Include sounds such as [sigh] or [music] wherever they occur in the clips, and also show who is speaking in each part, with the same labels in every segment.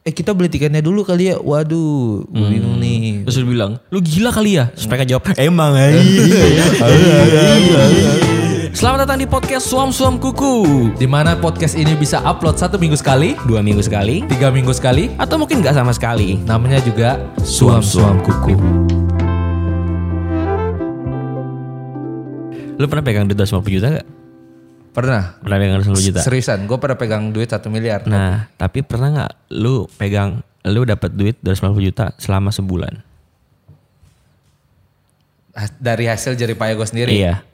Speaker 1: eh kita beli tiketnya dulu kali ya. Waduh, gue
Speaker 2: Hmm.
Speaker 1: bingung nih.
Speaker 2: Gitu. Terus dia bilang, lu gila kali ya? Terus mereka jawab,
Speaker 3: Emang
Speaker 2: selamat datang di podcast Suam Suam Kuku.
Speaker 1: Dimana podcast ini bisa upload satu minggu sekali,
Speaker 2: [laughs] Dua minggu sekali,
Speaker 1: tiga minggu sekali.
Speaker 2: atau mungkin nggak sama sekali.
Speaker 1: Namanya juga
Speaker 2: Suam Kuku. Lu pernah pegang duit 250 juta gak?
Speaker 1: Pernah.
Speaker 2: Pernah pegang 250 juta?
Speaker 1: Seriusan, gue pernah pegang duit satu miliar.
Speaker 2: Nah, tapi pernah nggak lu pegang, lu dapat duit 250 juta selama sebulan?
Speaker 1: Has- Dari hasil jeripaya gue sendiri.
Speaker 2: Iya,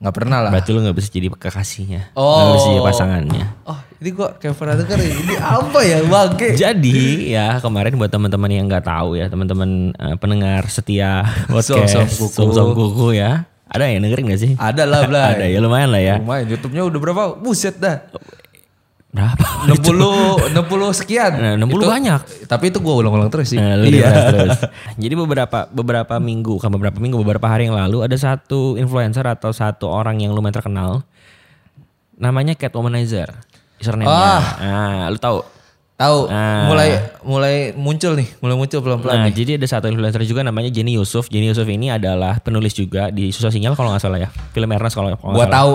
Speaker 1: Nggak pernah lah.
Speaker 2: berarti lu nggak bisa jadi kekasihnya, nggak
Speaker 1: Oh.
Speaker 2: bisa jadi pasangannya.
Speaker 1: Oh, ini gue kayak pernah denger ya. Ini apa ya, bangke?
Speaker 2: Jadi ya kemarin buat teman-teman yang nggak tahu ya teman-teman eh, pendengar
Speaker 1: [laughs]
Speaker 2: setia podcast
Speaker 1: Som-som kuku.
Speaker 2: Som-som kuku ya ada yang dengerin nggak sih?
Speaker 1: Ada lah,
Speaker 2: [laughs]
Speaker 1: Blay.
Speaker 2: ada ya lumayan lah ya. Oh,
Speaker 1: Lumayan, YouTube-nya udah berapa? Buset dah.
Speaker 2: Berapa?
Speaker 1: 60 60 sekian.
Speaker 2: Nah,
Speaker 1: Itu-
Speaker 2: 60
Speaker 1: Iya.
Speaker 2: banyak.
Speaker 1: Tapi itu gue ulang-ulang terus sih.
Speaker 2: Nah, lu dengerin
Speaker 1: [laughs]
Speaker 2: terus. Jadi beberapa beberapa minggu, kan beberapa minggu, beberapa hari yang lalu ada satu influencer atau satu orang yang lumayan terkenal, namanya Cat Womanizer, username-nya.
Speaker 1: Ah.
Speaker 2: Nah, lu tahu?
Speaker 1: Tahu,
Speaker 2: Nah.
Speaker 1: mulai mulai muncul nih, mulai muncul pelan-pelan
Speaker 2: Nah,
Speaker 1: nih.
Speaker 2: jadi ada satu influencer juga namanya Jenny Yusuf. Jenny Yusuf ini adalah penulis juga di Susah Sinyal kalau nggak salah ya. Film Ernest kalau kalau nggak
Speaker 1: Gua
Speaker 2: salah.
Speaker 1: tahu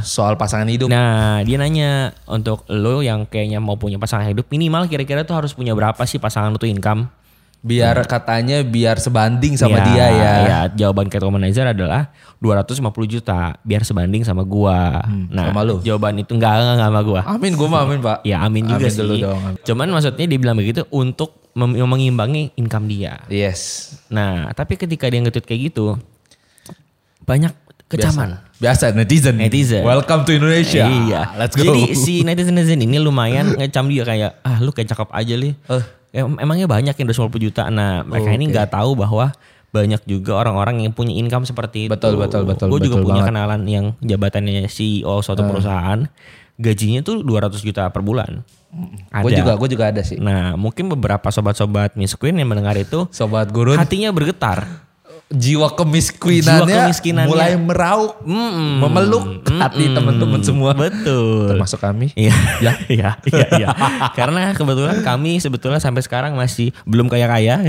Speaker 1: soal pasangan hidup.
Speaker 2: Ah. Nah, dia nanya untuk lo yang kayaknya mau punya pasangan hidup minimal kira-kira tuh harus punya berapa sih pasangan lo tuh income?
Speaker 1: biar
Speaker 2: Nah.
Speaker 1: katanya biar sebanding
Speaker 2: Iya,
Speaker 1: sama dia ya.
Speaker 2: ya, jawaban Cat Womanizer adalah 250 juta biar sebanding sama gua. nah,
Speaker 1: Hmm, sama lu.
Speaker 2: jawaban itu enggak enggak, enggak sama gua.
Speaker 1: Amin, gue mah amin, Pak.
Speaker 2: Ya amin juga
Speaker 1: Amin
Speaker 2: sih.
Speaker 1: dulu dong, amin.
Speaker 2: Cuman maksudnya dia bilang begitu untuk mem- mengimbangi income dia.
Speaker 1: Yes.
Speaker 2: Nah, tapi ketika dia nge-tweet kayak gitu, banyak kecaman.
Speaker 1: Biasa netizen.
Speaker 2: Netizen.
Speaker 1: Welcome to Indonesia.
Speaker 2: Iya.
Speaker 1: Let's go.
Speaker 2: Jadi si netizen-netizen ini
Speaker 1: [laughs]
Speaker 2: lumayan ngecam dia kayak, ah lu kayak cakep aja lih.
Speaker 1: Eh.
Speaker 2: Em- Emangnya banyak yang 250 juta. Nah, mereka ini nggak tahu bahwa banyak juga orang-orang yang punya income seperti itu.
Speaker 1: Betul, betul, betul,
Speaker 2: Gue juga
Speaker 1: betul
Speaker 2: punya
Speaker 1: banget. Ah.
Speaker 2: kenalan yang jabatannya CEO suatu perusahaan, gajinya tuh 200 juta per bulan.
Speaker 1: gue juga gue juga ada sih.
Speaker 2: Nah, mungkin beberapa sobat-sobat Miss Queen yang mendengar itu
Speaker 1: Sobat gurun,
Speaker 2: hatinya bergetar.
Speaker 1: jiwa kemiskinannya,
Speaker 2: Jiwa ya. kemiskinanannya.
Speaker 1: mulai merauk, memeluk hati teman-teman semua.
Speaker 2: Betul.
Speaker 1: Termasuk kami.
Speaker 2: Iya,
Speaker 1: Ya.
Speaker 2: iya, [laughs] iya, iya, Karena kebetulan kami sebetulnya sampai sekarang masih belum
Speaker 1: [laughs]
Speaker 2: kaya-kaya.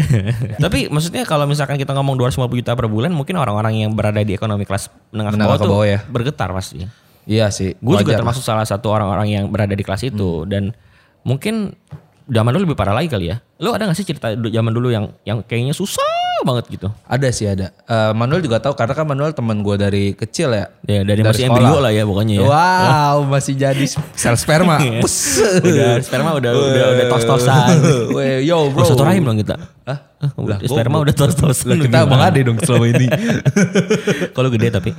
Speaker 2: Tapi maksudnya kalau misalkan kita ngomong 250 juta per bulan, mungkin orang-orang yang berada di ekonomi kelas menengah,
Speaker 1: Menengah
Speaker 2: ke bawah,
Speaker 1: ke bawah
Speaker 2: tuh
Speaker 1: ya.
Speaker 2: bergetar pasti.
Speaker 1: Iya sih.
Speaker 2: Gue juga
Speaker 1: wajar. Hmm.
Speaker 2: termasuk salah satu orang-orang yang berada di kelas itu dan mungkin zaman dulu lebih parah lagi kali ya. Lo ada gak sih cerita du- zaman dulu yang yang kayaknya susah banget gitu?
Speaker 1: Ada sih ada. Eh, Manuel juga tahu karena kan Manuel teman gue dari kecil ya.
Speaker 2: Ya dari, masih
Speaker 1: sekolah.
Speaker 2: embrio lah ya pokoknya ya.
Speaker 1: Wow, masih
Speaker 2: [laughs]
Speaker 1: jadi sel sperma. Pus.
Speaker 2: Iya. Udah sperma udah udah udah tos-tosan.
Speaker 1: Weh, yo Oh,
Speaker 2: Bro.
Speaker 1: bro.
Speaker 2: satu rahim dong kita.
Speaker 1: Hah?
Speaker 2: Ah,
Speaker 1: Lah,
Speaker 2: sperma
Speaker 1: goblok.
Speaker 2: udah
Speaker 1: Lah,
Speaker 2: tos-tosan.
Speaker 1: kita
Speaker 2: Gimana?
Speaker 1: abang ade dong selama ini.
Speaker 2: [laughs] Kalau gede tapi.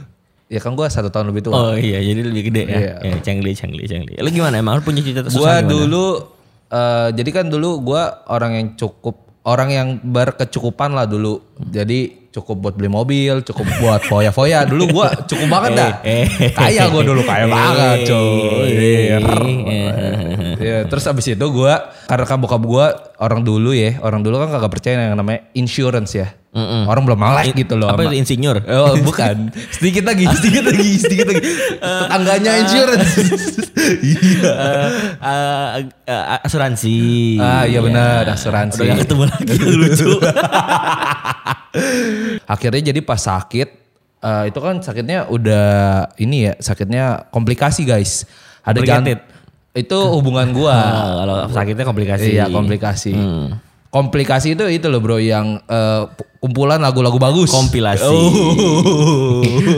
Speaker 1: ya kan gue satu tahun lebih tua.
Speaker 2: Oh iya, jadi lebih gede ya.
Speaker 1: Iya.
Speaker 2: Ya, cengli, cengli, cengli. Lu gimana emang? Lu punya cerita
Speaker 1: gue
Speaker 2: susah gimana?
Speaker 1: dulu, eh, jadi kan dulu gue orang yang cukup, orang yang berkecukupan lah dulu. Jadi cukup buat beli mobil, cukup buat
Speaker 2: [laughs]
Speaker 1: foya-foya. Dulu gue cukup banget dah.
Speaker 2: Eh, eh.
Speaker 1: kaya gue dulu, kaya
Speaker 2: Eh,
Speaker 1: banget coy.
Speaker 2: eh,
Speaker 1: Iya, rrr.
Speaker 2: eh.
Speaker 1: Iya, terus abis itu gue, karena kan bokap gue orang dulu ya, orang dulu kan kagak percaya yang namanya insurance ya. Orang belum melek gitu loh.
Speaker 2: Apa
Speaker 1: sama-
Speaker 2: itu
Speaker 1: [laughs]
Speaker 2: insinyur?
Speaker 1: Oh bukan, sedikit lagi, sedikit lagi, sedikit
Speaker 2: [laughs]
Speaker 1: lagi. Tetangganya insurance. iya.
Speaker 2: Eh, eh, asuransi.
Speaker 1: Ah iya benar,
Speaker 2: Udah gak
Speaker 1: asuransi.
Speaker 2: ketemu
Speaker 1: [laughs]
Speaker 2: lagi lucu.
Speaker 1: Akhirnya jadi pas sakit, eh, itu kan sakitnya udah ini ya, sakitnya komplikasi guys. Ada
Speaker 2: Complicated.
Speaker 1: jantung. Itu hubungan gua.
Speaker 2: [laughs] [laughs] Ah, kalau sakitnya komplikasi.
Speaker 1: Iya
Speaker 2: ya,
Speaker 1: komplikasi.
Speaker 2: Hmm.
Speaker 1: Komplikasi itu itu loh bro yang eh, kumpulan lagu-lagu bagus. Oh,
Speaker 2: Kompilasi. [laughs]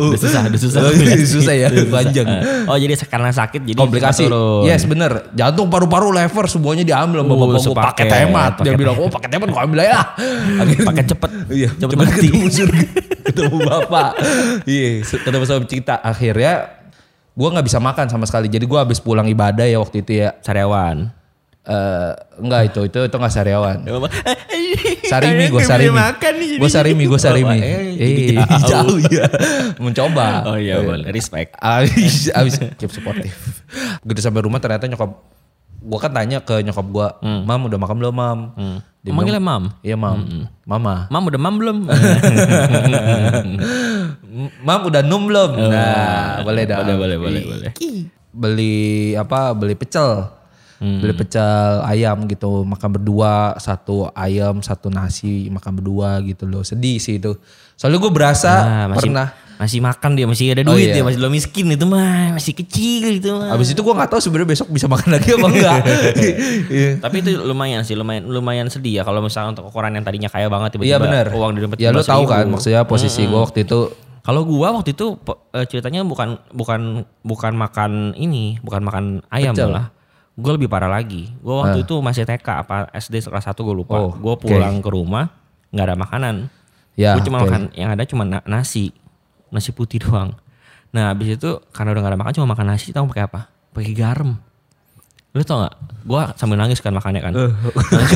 Speaker 2: udah susah, udah [laughs]
Speaker 1: [laughs]
Speaker 2: susah.
Speaker 1: Susah
Speaker 2: [laughs]
Speaker 1: ya, panjang.
Speaker 2: Oh jadi karena sakit jadi
Speaker 1: komplikasi. Iya,
Speaker 2: turun.
Speaker 1: Yes bener. Jantung paru-paru lever semuanya diambil sama
Speaker 2: Uh,
Speaker 1: bapak gue pakai
Speaker 2: sepaket,
Speaker 1: temat. Dia
Speaker 2: paket.
Speaker 1: bilang, oh pakai temat gue ambil aja
Speaker 2: [laughs]
Speaker 1: lah. Akhirnya-
Speaker 2: Pakai cepet.
Speaker 1: Iya,
Speaker 2: cepet
Speaker 1: cepet
Speaker 2: mati.
Speaker 1: ketemu
Speaker 2: [laughs]
Speaker 1: surga, ketemu bapak. Iya, se- ketemu sama cinta. Akhirnya gue nggak bisa makan sama sekali. Jadi gue habis pulang ibadah ya waktu itu ya.
Speaker 2: Sariawan.
Speaker 1: Eh enggak itu, itu itu enggak [laughs] sariawan. Sarimi
Speaker 2: Sarimi
Speaker 1: gue sarimi. Gue sarimi, gue sarimi. Oh, Eh, jauh ya. [laughs] Mencoba.
Speaker 2: Oh iya boleh, respect.
Speaker 1: Abis, abis keep supportive. Gitu sampai rumah ternyata nyokap gua kan tanya ke nyokap gua, "Mam udah makan belum, Mam?" Dia bilang,
Speaker 2: Manggilnya mam.
Speaker 1: "Iya, Mam." "Mama."
Speaker 2: Mam udah mam
Speaker 1: [laughs]
Speaker 2: belum?
Speaker 1: "Mam udah num belum?" Nah, Oh. boleh dah.
Speaker 2: Boleh, boleh, boleh, boleh.
Speaker 1: Beli apa? Beli pecel.
Speaker 2: Hmm.
Speaker 1: beli pecel ayam gitu makan berdua satu ayam satu nasi makan berdua gitu loh sedih sih itu soalnya gue berasa
Speaker 2: Ah, masih,
Speaker 1: pernah
Speaker 2: masih makan dia masih ada duit
Speaker 1: iya.
Speaker 2: dia masih belum miskin itu mah masih kecil itu mah.
Speaker 1: abis itu gue nggak tahu sebenarnya besok bisa makan lagi apa
Speaker 2: [laughs]
Speaker 1: enggak Iya.
Speaker 2: Tapi itu lumayan sih, lumayan lumayan sedih ya kalau misalnya untuk ukuran yang tadinya kaya banget
Speaker 1: iya
Speaker 2: tiba-tiba
Speaker 1: bener
Speaker 2: uang di dompet
Speaker 1: ya lo
Speaker 2: 15.000.
Speaker 1: tahu kan maksudnya
Speaker 2: Hmm,
Speaker 1: posisi gue waktu
Speaker 2: [laughs]
Speaker 1: itu
Speaker 2: Kalau gua waktu itu po- eh, ceritanya bukan bukan bukan makan ini, bukan makan ayam
Speaker 1: Pecel.
Speaker 2: malah. Gue lebih parah lagi. Gue waktu itu masih TK apa SD kelas 1 gue lupa.
Speaker 1: Oh,
Speaker 2: gue
Speaker 1: oke.
Speaker 2: pulang ke rumah nggak ada makanan.
Speaker 1: Ya,
Speaker 2: gue cuma
Speaker 1: oke.
Speaker 2: makan yang ada cuma na- nasi, nasi putih doang. Nah abis itu karena udah gak ada makan cuma makan nasi tau pakai apa? Pakai garam. Lu tau gak? Gue sambil nangis kan makannya kan.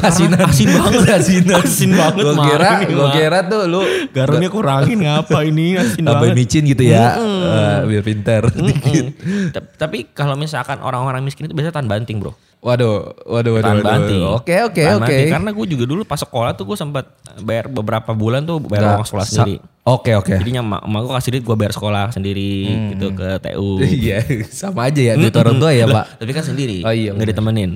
Speaker 1: asinan
Speaker 2: asin banget.
Speaker 1: asinan
Speaker 2: Asin banget,
Speaker 1: gue
Speaker 2: Mar.
Speaker 1: kira
Speaker 2: Ini,
Speaker 1: gue
Speaker 2: Mar.
Speaker 1: kira tuh lu
Speaker 2: Garamnya [laughs] kurangin ngapa ini asin
Speaker 1: tambahin
Speaker 2: banget. Hmm.
Speaker 1: micin gitu ya Eh, biar pinter dikit
Speaker 2: Mm. Ta- Tapi kalau misalkan orang-orang miskin itu biasanya tahan banting bro.
Speaker 1: waduh waduh waduh,
Speaker 2: Tahan
Speaker 1: waduh,
Speaker 2: banting.
Speaker 1: waduh. oke oke
Speaker 2: Tahan
Speaker 1: oke
Speaker 2: banting. Karena gue juga dulu pas sekolah tuh gue sempat bayar beberapa bulan tuh
Speaker 1: Nggak,
Speaker 2: bayar uang sekolah
Speaker 1: sa-
Speaker 2: sendiri.
Speaker 1: oke oke Hmm.
Speaker 2: Jadinya emak, emak gue kasih duit gue bayar sekolah sendiri gitu ke TU.
Speaker 1: [laughs] Iya, sama aja ya duit orang tua ya,
Speaker 2: Lah,
Speaker 1: Pak.
Speaker 2: Tapi kan sendiri.
Speaker 1: Oh iya,
Speaker 2: Nggak ditemenin.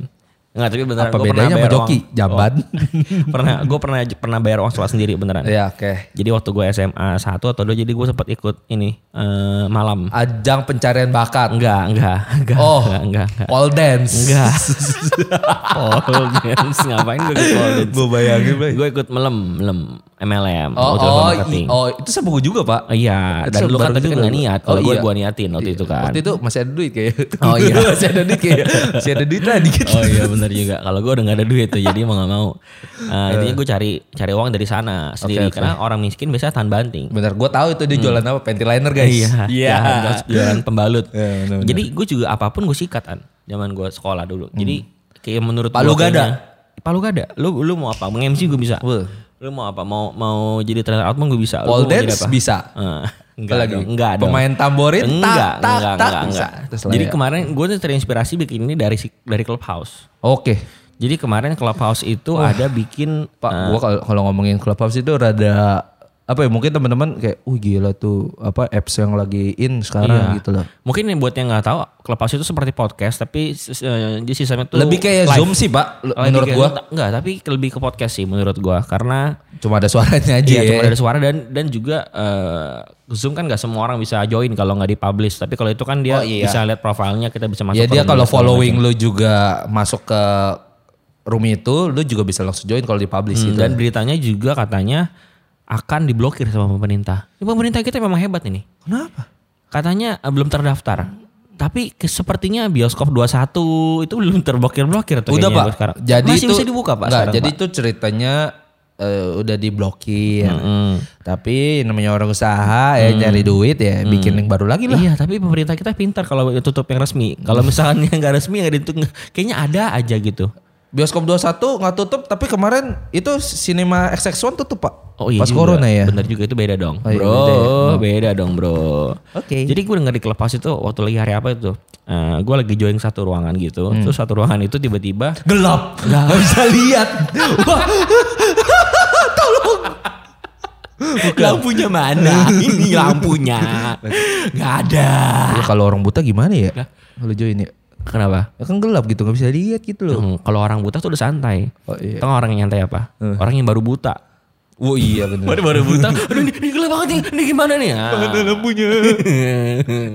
Speaker 2: Enggak, tapi beneran
Speaker 1: Apa
Speaker 2: gua
Speaker 1: bedanya sama
Speaker 2: bayar
Speaker 1: joki?
Speaker 2: uang- Oh.
Speaker 1: Jamban. [laughs]
Speaker 2: uang- [laughs] pernah gue pernah pernah bayar uang sekolah sendiri beneran.
Speaker 1: Ya, oke.
Speaker 2: Jadi waktu gue SMA 1 atau 2 jadi gue sempat ikut ini eh, malam.
Speaker 1: Ajang pencarian bakat.
Speaker 2: Enggak, [laughs] enggak, enggak.
Speaker 1: Ah. Oh.
Speaker 2: enggak, enggak, enggak.
Speaker 1: Pole dance.
Speaker 2: Enggak. pole dance ngapain gue ikut pole dance?
Speaker 1: Gue bayangin, Bray.
Speaker 2: Gue ikut melem, melem MLM.
Speaker 1: Oh,
Speaker 2: Outdoor
Speaker 1: oh,
Speaker 2: marketing.
Speaker 1: i- oh, itu sama gue juga, Pak.
Speaker 2: Oh, Iya,
Speaker 1: Itu
Speaker 2: dan lu kan
Speaker 1: bareng
Speaker 2: tadi
Speaker 1: juga
Speaker 2: kan gak
Speaker 1: lu.
Speaker 2: niat. Kalau
Speaker 1: Oh,
Speaker 2: gue
Speaker 1: iya.
Speaker 2: gue niatin waktu itu kan.
Speaker 1: Waktu itu masih ada duit kayaknya.
Speaker 2: [laughs] Oh, iya.
Speaker 1: [laughs] masih ada duit kayaknya. Masih ada duit lah dikit.
Speaker 2: Oh iya benar juga. Kalau gue udah gak ada duit tuh, jadi mau gak mau. Nah, intinya gue cari cari uang dari sana sendiri.
Speaker 1: Eh. oke.
Speaker 2: Karena orang miskin biasanya tahan banting.
Speaker 1: Bener, gue tahu itu dia jualan apa, panty liner guys.
Speaker 2: Hmm.
Speaker 1: [laughs]
Speaker 2: Iya. Jualan, jualan pembalut.
Speaker 1: Iya, benar-benar. Hmm.
Speaker 2: Jadi gue juga apapun gue sikat kan. Zaman gue sekolah dulu. Jadi kayak menurut
Speaker 1: Palu
Speaker 2: gua
Speaker 1: gada.
Speaker 2: kayaknya- Palu gada. Lu lu mau apa? Nge-MC gue bisa.
Speaker 1: Wah.
Speaker 2: Lu mau apa? Mau mau jadi trainer outman gue bisa. Lu
Speaker 1: Pole
Speaker 2: mau jadi
Speaker 1: dance
Speaker 2: apa?
Speaker 1: bisa.
Speaker 2: Eh,
Speaker 1: Apa
Speaker 2: [laughs] enggak
Speaker 1: lagi?
Speaker 2: dong, enggak dong.
Speaker 1: Pemain tamborin, tak,
Speaker 2: enggak,
Speaker 1: tak,
Speaker 2: enggak,
Speaker 1: tak,
Speaker 2: enggak,
Speaker 1: bisa. ya.
Speaker 2: enggak.
Speaker 1: Terus
Speaker 2: Jadi
Speaker 1: layak.
Speaker 2: kemarin gue tuh terinspirasi bikin ini dari si- dari clubhouse.
Speaker 1: Oke.
Speaker 2: Jadi kemarin clubhouse itu ada bikin
Speaker 1: Pak, gua kalau kalau ngomongin clubhouse itu rada apa ya mungkin teman-teman kayak, uh gila tuh apa apps yang lagi in sekarang
Speaker 2: Iya.
Speaker 1: gitu loh.
Speaker 2: Mungkin yang buat yang nggak tahu, Clubhouse itu seperti podcast, tapi eh, di sisanya tuh
Speaker 1: Lebih kayak
Speaker 2: live.
Speaker 1: Zoom sih pak, l-
Speaker 2: Lebih
Speaker 1: menurut
Speaker 2: kayak-
Speaker 1: gua.
Speaker 2: Enggak, tapi lebih ke podcast sih menurut gua karena
Speaker 1: Cuma ada suaranya aja.
Speaker 2: Iya,
Speaker 1: ya.
Speaker 2: cuma ada suara dan dan juga eh, Zoom kan nggak semua orang bisa join kalau nggak dipublish. Tapi kalau itu kan
Speaker 1: Oh,
Speaker 2: dia
Speaker 1: iya.
Speaker 2: bisa lihat profilnya, kita bisa masuk.
Speaker 1: ya
Speaker 2: ke
Speaker 1: dia
Speaker 2: room
Speaker 1: kalau
Speaker 2: dan segala
Speaker 1: following lu juga masuk ke room itu, lu juga bisa langsung join kalau dipublish
Speaker 2: macam.
Speaker 1: gitu.
Speaker 2: dan beritanya juga katanya akan diblokir sama pemerintah. Ya, pemerintah kita memang hebat ini.
Speaker 1: Kenapa?
Speaker 2: Katanya eh, belum terdaftar. Tapi ke- sepertinya bioskop 21 itu belum terblokir-blokir tuh
Speaker 1: Udah
Speaker 2: kayaknya
Speaker 1: pak.
Speaker 2: iya, buat sekarang.
Speaker 1: Jadi
Speaker 2: Masih
Speaker 1: itu
Speaker 2: bisa dibuka Pak
Speaker 1: Nggak,
Speaker 2: sekarang,
Speaker 1: jadi
Speaker 2: Pak.
Speaker 1: itu ceritanya eh, udah diblokir.
Speaker 2: Hmm.
Speaker 1: Tapi namanya orang usaha ya nyari duit
Speaker 2: Hmm.
Speaker 1: ya bikin yang baru lagi lah.
Speaker 2: Iya, tapi pemerintah kita pintar kalau tutup yang resmi. Kalau misalnya [laughs] yang nggak resmi nggak ditutup, kayaknya ada aja gitu.
Speaker 1: Bioskop 21 nggak tutup tapi kemarin itu Cinema XX1 tutup Pak.
Speaker 2: Oh iya
Speaker 1: Pas
Speaker 2: juga.
Speaker 1: corona ya.
Speaker 2: Bener juga itu beda dong.
Speaker 1: Oh iya,
Speaker 2: bro,
Speaker 1: beda
Speaker 2: beda,
Speaker 1: ya.
Speaker 2: dong, Bro.
Speaker 1: Oke.
Speaker 2: Jadi gue denger di kelepas itu waktu lagi hari apa itu? Eh gue lagi join satu ruangan gitu. Terus satu ruangan itu tiba-tiba
Speaker 1: Gelap. Gak bisa lihat. Wah,
Speaker 2: lampunya mana? Ini lampunya. [laughs] Gak ada.
Speaker 1: ya kalau orang buta gimana ya? Kalau join ya.
Speaker 2: Kenapa?
Speaker 1: Ya kan gelap gitu nggak bisa lihat gitu loh.
Speaker 2: Hmm, Kalau orang buta tuh udah santai.
Speaker 1: Oh, iya.
Speaker 2: Tengah orang yang nyantai apa? Orang yang baru buta.
Speaker 1: Oh iya bener.
Speaker 2: Hmm. Baru baru buta. [laughs] Aduh, ini, ini gelap banget nih. Ini gimana nih? Ah.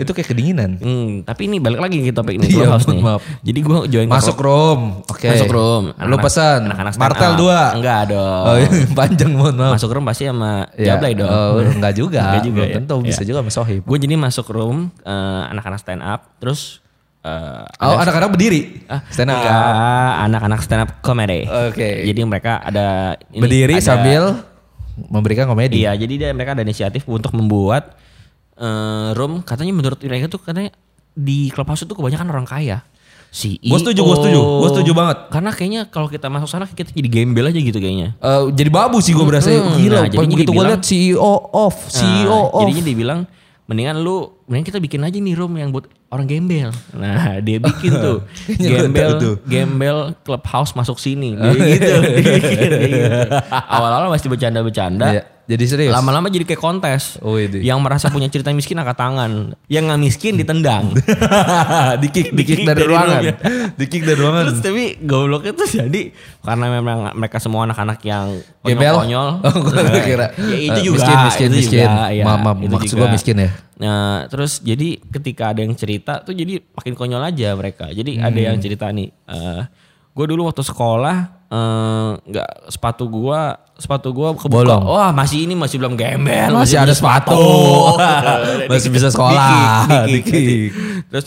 Speaker 1: itu kayak kedinginan.
Speaker 2: Hmm, tapi ini balik lagi ke topik ini
Speaker 1: Iya,
Speaker 2: clubhouse
Speaker 1: mohon
Speaker 2: nih.
Speaker 1: maaf.
Speaker 2: Jadi gua join ke
Speaker 1: Masuk room. Oke.
Speaker 2: Masuk room.
Speaker 1: Lu
Speaker 2: Anak-anak-
Speaker 1: pesan.
Speaker 2: anak-anak stand
Speaker 1: Martel
Speaker 2: up.
Speaker 1: 2.
Speaker 2: Enggak dong.
Speaker 1: Oh, iya. [laughs] panjang mohon maaf.
Speaker 2: Masuk room pasti sama
Speaker 1: Ya.
Speaker 2: Jablay dong.
Speaker 1: Oh, enggak juga.
Speaker 2: Enggak juga
Speaker 1: Belum
Speaker 2: ya.
Speaker 1: Tentu bisa juga sama Sohib.
Speaker 2: Gue jadi masuk room eh, anak-anak stand up terus eh,
Speaker 1: Oh, anak-anak berdiri.
Speaker 2: Ah,
Speaker 1: Stand
Speaker 2: iya.
Speaker 1: up.
Speaker 2: enggak, anak-anak stand up comedy.
Speaker 1: Oke.
Speaker 2: Jadi mereka ada ini,
Speaker 1: berdiri
Speaker 2: ada-
Speaker 1: sambil memberikan komedi.
Speaker 2: Iya, jadi dia, mereka ada inisiatif untuk membuat eh, room katanya menurut mereka tuh katanya di clubhouse itu kebanyakan orang kaya. Si
Speaker 1: Gua setuju, gua setuju, gua setuju banget.
Speaker 2: Karena kayaknya kalau kita masuk sana kita jadi gembel aja gitu kayaknya.
Speaker 1: Eh, jadi babu sih gue berasa
Speaker 2: Mm-mm.
Speaker 1: gila.
Speaker 2: Nah, jadinya
Speaker 1: begitu gue
Speaker 2: dibilang-
Speaker 1: lihat CEO off, CEO
Speaker 2: Nah,
Speaker 1: off.
Speaker 2: Jadinya dibilang mendingan lu mendingan kita bikin aja nih room yang buat orang gembel. Nah, [laughs] dia bikin
Speaker 1: [laughs]
Speaker 2: tuh
Speaker 1: Kayaknya gua
Speaker 2: gembel
Speaker 1: tahu tuh.
Speaker 2: gembel
Speaker 1: [laughs]
Speaker 2: clubhouse masuk sini. Dia gitu. dia bikin, dia gitu. Awal-awal gitu. masih bercanda-bercanda.
Speaker 1: Iya. Jadi serius.
Speaker 2: Lama-lama jadi kayak kontes.
Speaker 1: Oh, ini.
Speaker 2: Yang merasa punya cerita miskin angkat tangan. Yang nggak miskin
Speaker 1: [laughs]
Speaker 2: ditendang.
Speaker 1: dikik dikik dari ruangan.
Speaker 2: ya.
Speaker 1: [laughs] Dikik dari ruangan.
Speaker 2: Terus tapi gobloknya tuh jadi karena memang mereka semua anak-anak yang
Speaker 1: Gebel?
Speaker 2: konyol-konyol.
Speaker 1: Oh, gua kira.
Speaker 2: Ya, itu
Speaker 1: Eh,
Speaker 2: juga.
Speaker 1: miskin, miskin,
Speaker 2: itu
Speaker 1: miskin.
Speaker 2: juga, ya,
Speaker 1: Maaf, maaf,
Speaker 2: itu
Speaker 1: maksud gua
Speaker 2: juga.
Speaker 1: miskin ya.
Speaker 2: Nah, terus jadi ketika ada yang cerita tuh jadi makin konyol aja mereka. Jadi
Speaker 1: Hmm.
Speaker 2: ada yang cerita nih, eh gue dulu waktu sekolah eh, nggak sepatu gua sepatu gua kebuka.
Speaker 1: Bolong.
Speaker 2: Wah masih ini masih belum gembel.
Speaker 1: Masih ada
Speaker 2: punya
Speaker 1: sepatu.
Speaker 2: [laughs]
Speaker 1: Masih bisa sekolah.
Speaker 2: Dikit, dikit,
Speaker 1: Dikit.
Speaker 2: dikit. Terus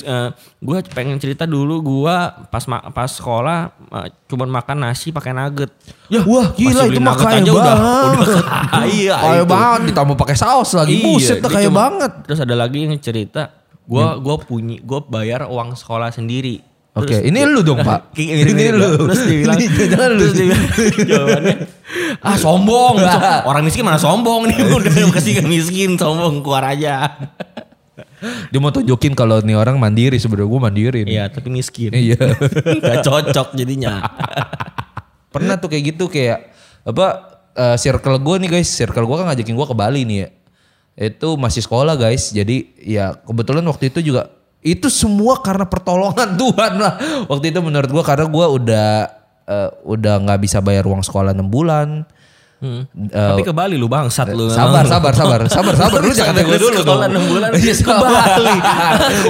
Speaker 2: gue pengen cerita dulu gue pas ma- pas sekolah eh, cuman makan nasi pakai nugget.
Speaker 1: Ya, Wah
Speaker 2: Masih
Speaker 1: gila
Speaker 2: beli
Speaker 1: itu mah
Speaker 2: nugget
Speaker 1: kaya
Speaker 2: aja
Speaker 1: banget.
Speaker 2: udah- udah
Speaker 1: [laughs]
Speaker 2: kaya
Speaker 1: Kaya
Speaker 2: itu.
Speaker 1: banget ditambah pakai saus lagi.
Speaker 2: Iya,
Speaker 1: Buset
Speaker 2: dia
Speaker 1: dah kaya
Speaker 2: cuma-
Speaker 1: banget. Hmm.
Speaker 2: Terus ada lagi yang cerita, gue gua punya gue bayar uang sekolah sendiri.
Speaker 1: Oke, ini lu dong, Pak.
Speaker 2: [laughs] Ini,
Speaker 1: Ini
Speaker 2: ini
Speaker 1: lu.
Speaker 2: lu. Terus dia bilang,
Speaker 1: [laughs] Ini jangan lu.
Speaker 2: terus dia bilang, [laughs] jawabannya, ah sombong. Orang miskin mana sombong nih. [laughs] Udah kasih ke miskin, sombong keluar aja.
Speaker 1: Dia mau tunjukin kalau nih orang mandiri sebenarnya gue mandiri. nih.
Speaker 2: Iya tapi miskin.
Speaker 1: Iya.
Speaker 2: [laughs] Gak cocok jadinya.
Speaker 1: Pernah tuh kayak gitu kayak apa eh, circle gue nih guys, circle gue kan ngajakin gue ke Bali nih ya. Itu masih sekolah guys, jadi ya kebetulan waktu itu juga itu semua karena pertolongan [laughs] Tuhan lah. Waktu itu menurut gue karena gue udah eh, udah nggak bisa bayar uang sekolah 6 bulan. Eh,
Speaker 2: Tapi ke Bali lu bangsat Hmm. lu.
Speaker 1: Sabar,
Speaker 2: [laughs]
Speaker 1: sabar, sabar, sabar, sabar. Lu jangan
Speaker 2: Sampai
Speaker 1: gue
Speaker 2: lu
Speaker 1: dulu dong.
Speaker 2: sekolah enam bulan,
Speaker 1: [laughs] Iya,
Speaker 2: ke [laughs] Bali.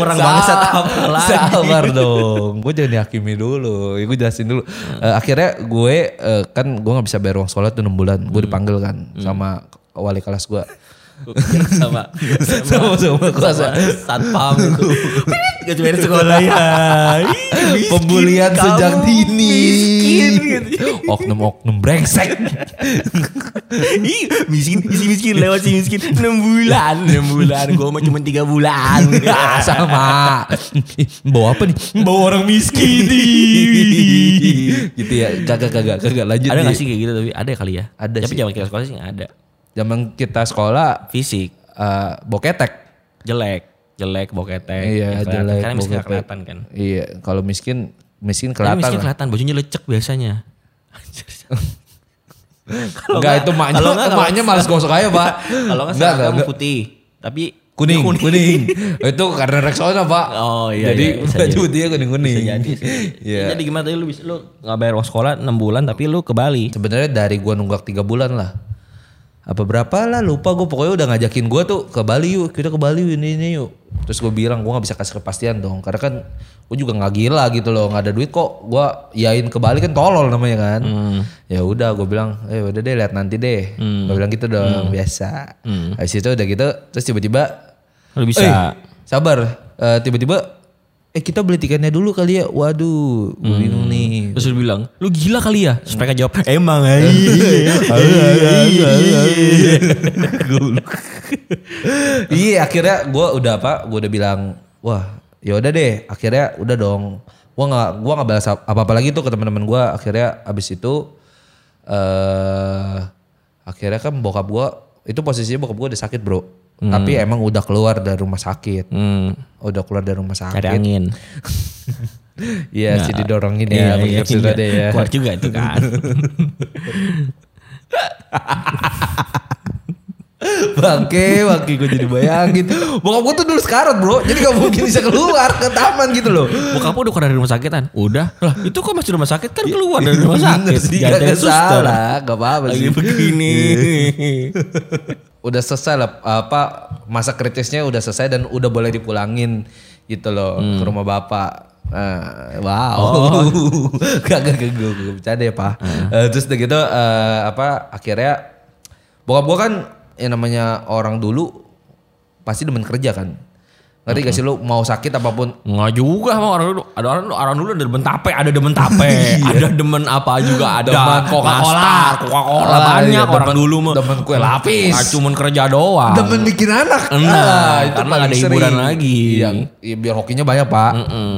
Speaker 2: Orang bangsat apa lagi?
Speaker 1: Sabar dong. Gue jangan dihakimi dulu. Gue jelasin dulu. Eh, akhirnya gue eh, kan gue nggak bisa bayar uang sekolah tuh 6 bulan.
Speaker 2: Hmm.
Speaker 1: Gue dipanggil kan sama wali kelas gue.
Speaker 2: Gua pikir sama
Speaker 1: Sama- sama kelas ya.
Speaker 2: satpam gitu. [laughs] Gak cuma dari sekolah ya. Ih, miskin,
Speaker 1: Pembulian
Speaker 2: kamu
Speaker 1: sejak dini.
Speaker 2: Miskin gitu.
Speaker 1: Oknum-oknum
Speaker 2: [laughs]
Speaker 1: brengsek.
Speaker 2: Ih, miskin, si miskin lewat si miskin 6 bulan, [laughs] 6 bulan. Gua mah cuma 3 bulan. [laughs]
Speaker 1: Ya, sama. Bawa apa nih? Bawa orang miskin. gitu ya. Kagak kagak kagak lanjut.
Speaker 2: [laughs] ada
Speaker 1: nih.
Speaker 2: gak sih kayak gitu tapi ada kali ya.
Speaker 1: Ada
Speaker 2: tapi
Speaker 1: sih.
Speaker 2: zaman kita sekolah sih gak ada.
Speaker 1: Zaman kita sekolah
Speaker 2: Fisik
Speaker 1: eh, boketek.
Speaker 2: jelek, jelek boketek.
Speaker 1: Iya,
Speaker 2: nggak kelihatan.
Speaker 1: jelek,
Speaker 2: Karena miskin nggak
Speaker 1: boketek.
Speaker 2: kelihatan kan.
Speaker 1: Iya, kalau miskin miskin
Speaker 2: Tapi
Speaker 1: kelihatan.
Speaker 2: miskin
Speaker 1: lah.
Speaker 2: kelihatan bajunya lecek biasanya. Kalau
Speaker 1: Enggak itu maknya,
Speaker 2: kalau nggak- kalau-
Speaker 1: maknya males gosok aja, Pak.
Speaker 2: Kalau nggak
Speaker 1: Enggak,
Speaker 2: salah
Speaker 1: enggak,
Speaker 2: kamu
Speaker 1: enggak.
Speaker 2: putih, tapi
Speaker 1: Kuning,
Speaker 2: kuning.
Speaker 1: kuning. [laughs] itu karena Rexona, Pak.
Speaker 2: Oh, iya,
Speaker 1: Jadi
Speaker 2: iya,
Speaker 1: [laughs]
Speaker 2: bisa
Speaker 1: baju
Speaker 2: jadi.
Speaker 1: dia kuning-kuning.
Speaker 2: Bisa jadi sih.
Speaker 1: Iya.
Speaker 2: Jadi gimana tadi lu bisa lu nggak bayar uang sekolah 6 bulan tapi lu ke Bali.
Speaker 1: Sebenarnya dari gua nunggak tiga bulan lah. Apa berapa lah lupa gue pokoknya udah ngajakin gua tuh ke Bali yuk kita ke Bali yuk, ini ini yuk terus gue bilang gua nggak bisa kasih kepastian dong karena kan gue juga nggak gila gitu loh nggak ada duit kok gua yain ke Bali kan tolol namanya kan ya udah gue bilang eh udah deh lihat nanti deh Gua bilang gitu dong biasa habis itu udah gitu terus tiba-tiba
Speaker 2: Lu bisa.
Speaker 1: Eh, sabar. Eh, tiba-tiba eh kita beli tiketnya dulu kali ya. Waduh, gue bingung nih.
Speaker 2: Terus lu bilang, "Lu gila kali ya?" Terus mereka jawab,
Speaker 1: [laughs]
Speaker 2: "Emang iya."
Speaker 1: Iya, akhirnya gua udah apa? Gua udah bilang, "Wah, ya udah deh." Akhirnya udah dong. Gua nggak gua nggak balas apa-apa lagi tuh ke teman-teman gua. Akhirnya abis itu eh akhirnya kan bokap gua itu posisinya bokap gua udah sakit, Bro. Tapi emang udah keluar dari rumah sakit.
Speaker 2: Hmm,
Speaker 1: Udah keluar dari rumah sakit.
Speaker 2: cari angin.
Speaker 1: Iya, sih didorongin ya,
Speaker 2: iya,
Speaker 1: maksudnya deh ya.
Speaker 2: iya. Keluar juga itu
Speaker 1: [laughs]
Speaker 2: kan.
Speaker 1: Bangke, bangke gue jadi bayangin. Bokap gue tuh dulu sekarat bro, jadi gak mungkin bisa keluar ke taman gitu loh.
Speaker 2: Bokap lu udah keluar dari rumah sakit kan? Udah. Lah, itu kok masih rumah sakit kan keluar dari rumah
Speaker 1: Iya. Bener
Speaker 2: sakit.
Speaker 1: sih,
Speaker 2: Gak ada
Speaker 1: gak
Speaker 2: yang suster.
Speaker 1: salah, gak apa-apa
Speaker 2: Lagi
Speaker 1: sih.
Speaker 2: begini.
Speaker 1: [laughs] Udah selesai lah, apa masa kritisnya udah selesai dan udah boleh dipulangin gitu loh
Speaker 2: Hmm.
Speaker 1: ke rumah bapak. Eh, wow,
Speaker 2: Oh.
Speaker 1: [laughs] gak gak gak gue gue bercanda ya pak.
Speaker 2: Hmm.
Speaker 1: Eh, terus udah gitu eh, apa akhirnya bokap gue kan yang namanya orang dulu pasti demen kerja kan. Ngerti
Speaker 2: Hmm.
Speaker 1: gak sih lu mau sakit apapun
Speaker 2: Nggak juga emang orang dulu. Ada orang orang dulu ada demen tape, ada demen [laughs] tape, ada demen apa juga, ada
Speaker 1: Demen
Speaker 2: Coca-Cola,
Speaker 1: nastar.
Speaker 2: Iya. Coca-Cola
Speaker 1: Ah,
Speaker 2: banyak
Speaker 1: iya,
Speaker 2: orang
Speaker 1: demen-
Speaker 2: dulu mah.
Speaker 1: demen kue lapis.
Speaker 2: Nggak cuman kerja doang.
Speaker 1: Demen bikin anak. Ah,
Speaker 2: Nah, karena
Speaker 1: paling
Speaker 2: ada
Speaker 1: sering.
Speaker 2: hiburan lagi.
Speaker 1: Iya, iya, biar hokinya banyak, Pak.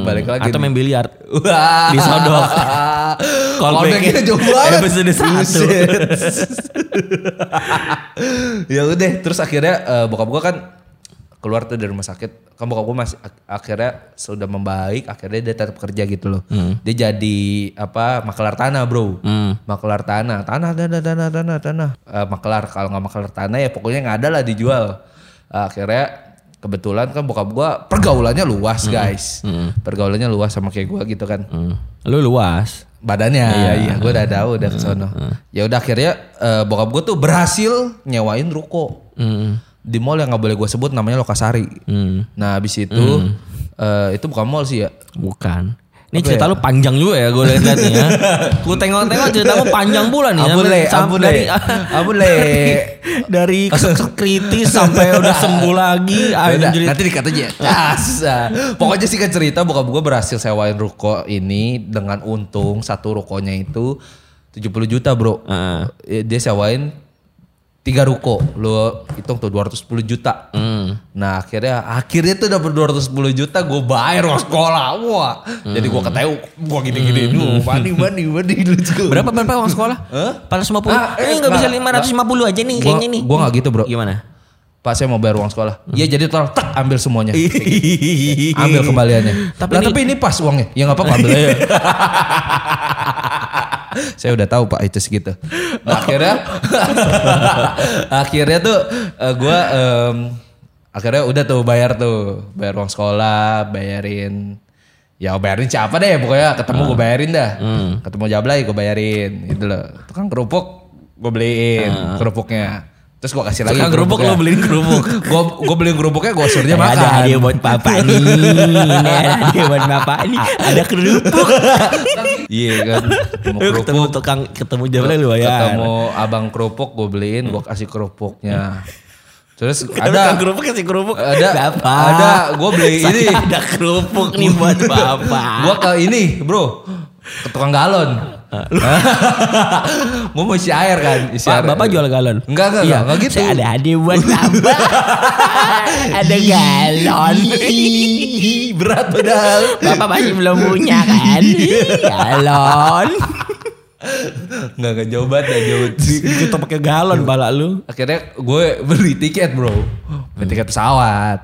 Speaker 1: Balik lagi.
Speaker 2: Atau main biliar.
Speaker 1: Wah. [laughs]
Speaker 2: Disodok.
Speaker 1: Callback
Speaker 2: Callback-nya
Speaker 1: kita jauh banget.
Speaker 2: episode satu.
Speaker 1: [laughs] Buset. ya udah, terus akhirnya eh, bokap gua kan keluar tuh dari rumah sakit kamu kamu masih ak- akhirnya sudah membaik akhirnya dia tetap kerja gitu loh dia jadi apa makelar tanah bro
Speaker 2: Hmm.
Speaker 1: makelar tanah tanah tanah tanah tanah tanah Eh, makelar kalau nggak makelar tanah ya pokoknya nggak ada lah dijual Eh, akhirnya kebetulan kan bokap gua pergaulannya luas guys pergaulannya luas sama kayak gua gitu kan
Speaker 2: Hmm. Lu luas.
Speaker 1: badannya iya gue udah tahu udah kesono ya udah akhirnya eh, bokap gue tuh berhasil nyewain ruko
Speaker 2: Hmm.
Speaker 1: di mall yang nggak boleh gue sebut namanya Lokasari
Speaker 2: Hmm.
Speaker 1: nah habis itu
Speaker 2: Mm.
Speaker 1: eh, itu bukan mall sih ya
Speaker 2: Bukan. Ini cerita lu panjang juga ya gue lihat nih [laughs] ya. Gue tengok-tengok cerita lu panjang pula nih.
Speaker 1: ampun
Speaker 2: Sampai-
Speaker 1: le
Speaker 2: sam-
Speaker 1: ampun le
Speaker 2: dari, [laughs]
Speaker 1: ampun le
Speaker 2: dari
Speaker 1: [laughs]
Speaker 2: kesek- kritis sampai udah sembuh lagi.
Speaker 1: Ya udah,
Speaker 2: Anjir.
Speaker 1: nanti dikata aja [laughs] Ah, susah. pokoknya sih kan cerita bokap gue berhasil sewain ruko ini dengan untung satu rukonya itu 70 juta bro
Speaker 2: Heeh.
Speaker 1: Eh, dia sewain tiga ruko lo hitung tuh 210 juta
Speaker 2: Hmm.
Speaker 1: Nah akhirnya akhirnya tuh dapet 210 juta gue bayar uang sekolah wah jadi gue
Speaker 2: Hmm.
Speaker 1: ketemu gue gini-gini dulu banding banding banding let's go.
Speaker 2: Berapa berapa uang sekolah? Hah? 450.
Speaker 1: Ah, eh,
Speaker 2: eh enggak bisa
Speaker 1: enggak,
Speaker 2: 550 aja nih
Speaker 1: Gua,
Speaker 2: kayaknya nih. Iya.
Speaker 1: gua gak gitu bro.
Speaker 2: Gimana?
Speaker 1: Pak saya mau bayar uang sekolah. Iya jadi total tek ambil semuanya.
Speaker 2: Iya.
Speaker 1: ambil kembaliannya. Tapi,
Speaker 2: Tapi
Speaker 1: lah,
Speaker 2: ini-
Speaker 1: tapi ini pas uangnya. Ya nggak apa-apa ambil
Speaker 2: [laughs]
Speaker 1: aja. Saya udah tahu Pak itu segitu. Nah, akhirnya
Speaker 2: [laughs]
Speaker 1: akhirnya tuh eh, gua em, akhirnya udah tuh bayar tuh, bayar uang sekolah, bayarin ya bayarin siapa deh pokoknya ketemu gue
Speaker 2: Ah.
Speaker 1: bayarin dah.
Speaker 2: Hmm.
Speaker 1: Ketemu Jablay gue bayarin gitu loh. Tukang kerupuk gue beliin kerupuknya. Terus gue kasih lagi
Speaker 2: Ah. Tukang kerupuk
Speaker 1: kerupuknya.
Speaker 2: lo beliin
Speaker 1: [laughs]
Speaker 2: kerupuk.
Speaker 1: Gue gue beliin kerupuknya gue suruhnya makan.
Speaker 2: Ada hadiah buat bapak
Speaker 1: [laughs]
Speaker 2: nih. Ini ada hadiah buat bapak nih. Ada kerupuk.
Speaker 1: Iya kan. Ketemu
Speaker 2: Lu
Speaker 1: kerupuk.
Speaker 2: ketemu tukang ketemu jalan lu ya.
Speaker 1: Ketemu abang kerupuk gue beliin, gue kasih kerupuknya. Terus ada
Speaker 2: Ada kerupuk kasih kerupuk.
Speaker 1: Ada.
Speaker 2: Bapak.
Speaker 1: Ada. Gua beli
Speaker 2: Saya
Speaker 1: ini.
Speaker 2: Ada kerupuk nih
Speaker 1: [laughs]
Speaker 2: buat bapak.
Speaker 1: gue ke ini bro, ke tukang
Speaker 2: [laughs]
Speaker 1: galon. gue mau isi air kan, isi
Speaker 2: Pak,
Speaker 1: air.
Speaker 2: bapak jual galon. Iya.
Speaker 1: Enggak enggak enggak, enggak gitu.
Speaker 2: Saya ada hadiah buat
Speaker 1: [laughs]
Speaker 2: bapak. ada galon.
Speaker 1: [laughs] Ih, berat padahal.
Speaker 2: bapak masih belum punya kan? galon.
Speaker 1: Enggak enggak jauh banget dah, jauh.
Speaker 2: Kita pakai galon balak lu.
Speaker 1: Akhirnya gue beli tiket bro, beli tiket pesawat.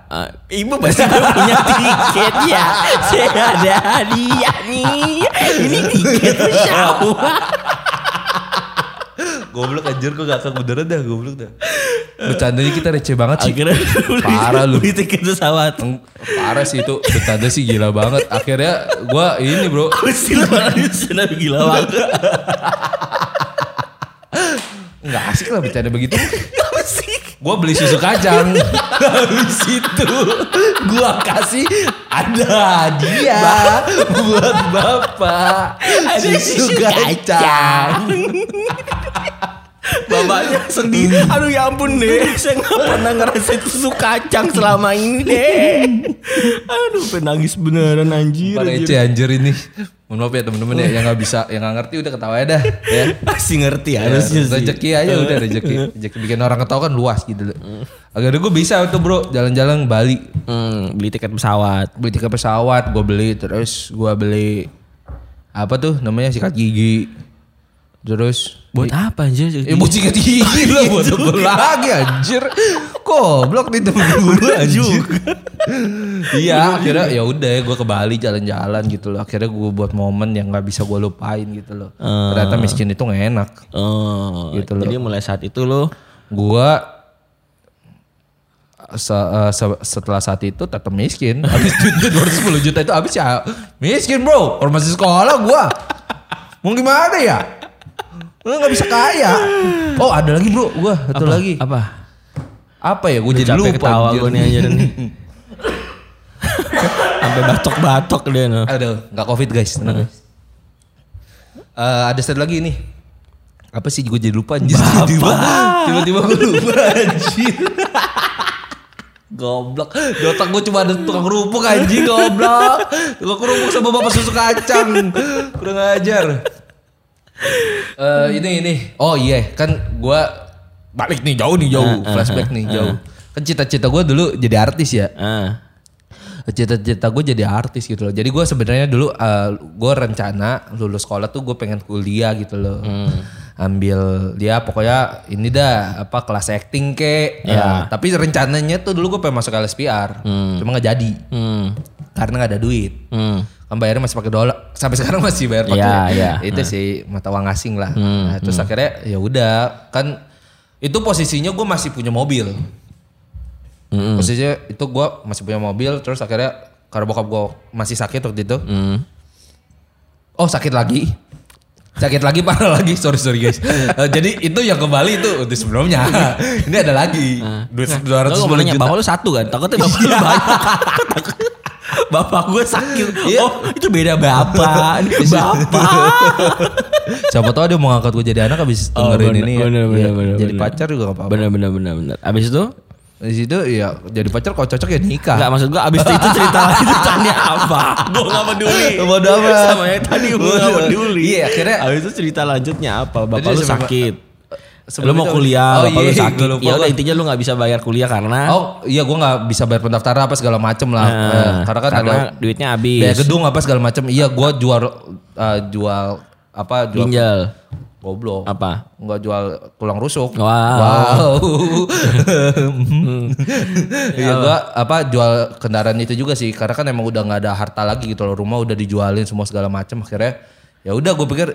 Speaker 2: Eh, ibu pasti belum punya tiket ya. Saya ada hadiah nih. Ini tiket pesawat.
Speaker 1: Goblok anjir gue gak akan beneran dah goblok dah. Bercandanya kita receh banget sih.
Speaker 2: Akhirnya beli-
Speaker 1: Parah lu.
Speaker 2: [laughs] Beli tiket pesawat.
Speaker 1: Eng, Parah sih itu bercanda sih gila banget. Akhirnya gua ini bro.
Speaker 2: Pasti lu malah di sana gila banget.
Speaker 1: Nggak asik lah bercanda begitu.
Speaker 2: Apa sih?
Speaker 1: Gua beli susu kacang. Dari situ gua kasih ada dia buat bapak.
Speaker 2: Ada susu kacang. Bapaknya sedih.
Speaker 1: Hmm.
Speaker 2: Aduh ya ampun deh. Saya nggak pernah ngerasain susu
Speaker 1: Hmm.
Speaker 2: kacang selama ini deh. Aduh penangis beneran anjir.
Speaker 1: Parah
Speaker 2: anjir.
Speaker 1: receh anjir ini. Mohon maaf ya temen-temen ya yang nggak bisa, yang nggak ngerti udah ketawa aja dah. Ya.
Speaker 2: Masih Ah, ngerti
Speaker 1: Ya,
Speaker 2: harusnya sih.
Speaker 1: rezeki aja udah rezeki rezeki bikin orang ketawa kan luas gitu loh akhirnya gue bisa tuh bro jalan-jalan ke Bali
Speaker 2: Hmm, beli tiket pesawat.
Speaker 1: beli tiket pesawat gue beli terus gue beli apa tuh namanya sikat gigi terus
Speaker 2: Buat apa anjir?
Speaker 1: eh buat sikat gigi lah buat apa lagi anjir goblok nih temen gue anjir iya akhirnya ya udah gue ke Bali jalan-jalan gitu loh akhirnya gue buat momen yang nggak bisa gue lupain gitu loh ternyata miskin itu nggak enak
Speaker 2: Oh,
Speaker 1: Gitu
Speaker 2: jadi mulai saat itu lo
Speaker 1: gua se- eh, se- setelah saat itu tetap miskin habis [laughs] duit duit 210 juta itu habis ya miskin bro orang masih sekolah gua mau gimana ya Gua nggak bisa kaya oh ada lagi bro gua satu lagi
Speaker 2: apa?
Speaker 1: apa ya gua jadi
Speaker 2: Capek
Speaker 1: lupa
Speaker 2: ketawa
Speaker 1: anjir.
Speaker 2: gue nih anjir
Speaker 1: [laughs]
Speaker 2: nih. Sampai batok-batok dia no.
Speaker 1: Aduh, nggak covid guys, tenang guys. Eh, ada satu lagi ini. Apa sih gue jadi lupa anjir. Tiba-tiba, tiba-tiba gue lupa anjir. goblok. Di otak gue cuma ada tukang kerupuk anjing goblok. Tukang kerupuk sama bapak susu kacang. Kurang ajar. Eh, ini ini. Oh iya, kan gue balik nih jauh nih jauh, flashback nih jauh. Kan cita-cita gue dulu jadi artis ya
Speaker 2: Ah.
Speaker 1: cita-cita gue jadi artis gitu loh. Jadi gue sebenarnya dulu eh, gue rencana lulus sekolah tuh gue pengen kuliah gitu loh. ambil dia pokoknya ini dah apa kelas acting kek. Ya, tapi rencananya tuh dulu gue pengen masuk LSPR. Cuma nggak jadi.
Speaker 2: Hmm.
Speaker 1: Karena nggak ada duit.
Speaker 2: Hmm.
Speaker 1: Kan bayarnya masih pakai dolar. [laughs] Sampai sekarang masih bayar pakai.
Speaker 2: Iya, iya.
Speaker 1: Itu sih mata uang asing lah. Nah, terus akhirnya ya udah kan itu posisinya gue masih punya mobil.
Speaker 2: hmm,
Speaker 1: Posisinya itu gue masih punya mobil terus akhirnya karena bokap gue masih sakit waktu itu.
Speaker 2: Hmm.
Speaker 1: Oh sakit lagi. Sakit lagi [laughs] parah lagi. Sorry sorry
Speaker 2: [laughs]
Speaker 1: guys. Eh, jadi itu yang ke Bali itu udah sebelumnya. Ini ada lagi. Duit dua
Speaker 2: Lo
Speaker 1: ratus
Speaker 2: nggak
Speaker 1: juta.
Speaker 2: mau nanya, bapak Ah. Nah, lu satu kan? Takutnya bapak lu banyak. [laughs] bapak gue sakit.
Speaker 1: Iya.
Speaker 2: Oh itu beda bapak. bapak.
Speaker 1: Siapa tahu dia mau ngangkat gue jadi anak abis
Speaker 2: Oh,
Speaker 1: dengerin
Speaker 2: bener,
Speaker 1: ini. ya.
Speaker 2: bener, bener,
Speaker 1: Ya,
Speaker 2: bener,
Speaker 1: jadi
Speaker 2: bener.
Speaker 1: pacar juga gak apa-apa.
Speaker 2: Bener bener bener bener. Abis itu?
Speaker 1: Di situ ya jadi pacar kalau cocok ya nikah. [laughs]
Speaker 2: Enggak maksud gue abis itu [laughs] cerita lanjutannya apa? Gue gak peduli.
Speaker 1: [laughs] Bodo amat.
Speaker 2: Sama yang tadi gue gak
Speaker 1: Bodo.
Speaker 2: peduli.
Speaker 1: Iya, akhirnya-
Speaker 2: Abis itu cerita lanjutnya apa? Bapak
Speaker 1: Jadi
Speaker 2: lu
Speaker 1: sebelum-
Speaker 2: sakit.
Speaker 1: sebelum
Speaker 2: lu mau
Speaker 1: itu-
Speaker 2: kuliah,
Speaker 1: Oh,
Speaker 2: bapak lu
Speaker 1: iya,
Speaker 2: sakit.
Speaker 1: gua lupa
Speaker 2: Ya udah
Speaker 1: gua.
Speaker 2: intinya lu gak bisa bayar kuliah karena...
Speaker 1: Oh iya gue nggak bisa bayar pendaftaran apa segala macem lah.
Speaker 2: Nah,
Speaker 1: Eh, karena kan ada
Speaker 2: duitnya
Speaker 1: biaya
Speaker 2: habis.
Speaker 1: gedung apa segala macem. Iya gue jual eh, jual apa jual
Speaker 2: Ginjal.
Speaker 1: goblok.
Speaker 2: Apa?
Speaker 1: Nggak jual tulang rusuk.
Speaker 2: Wow. [laughs]
Speaker 1: [laughs]
Speaker 2: Ya
Speaker 1: Iya gua apa jual kendaraan itu juga sih karena kan emang udah nggak ada harta lagi gitu loh rumah udah dijualin semua segala macam akhirnya ya udah gue pikir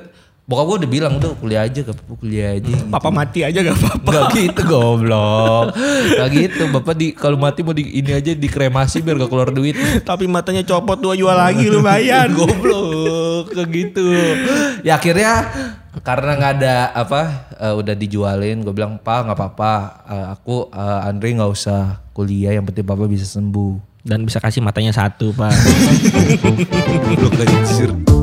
Speaker 1: bokap gue udah bilang udah kuliah aja gak apa-apa kuliah aja gitu.
Speaker 2: Papa mati aja gak apa-apa.
Speaker 1: Gak gitu goblok Gak gitu Bapak di kalau mati mau di, ini aja dikremasi biar gak keluar duit
Speaker 2: Tapi matanya copot dua jual lagi lumayan.
Speaker 1: Goblok Kayak gitu Ya akhirnya Karena gak ada apa eh, Udah dijualin Gue bilang Pak gak apa-apa Eh, Aku eh, Andre gak usah kuliah Yang penting Bapak bisa sembuh
Speaker 2: Dan bisa kasih matanya satu pak.
Speaker 1: Goblok anjir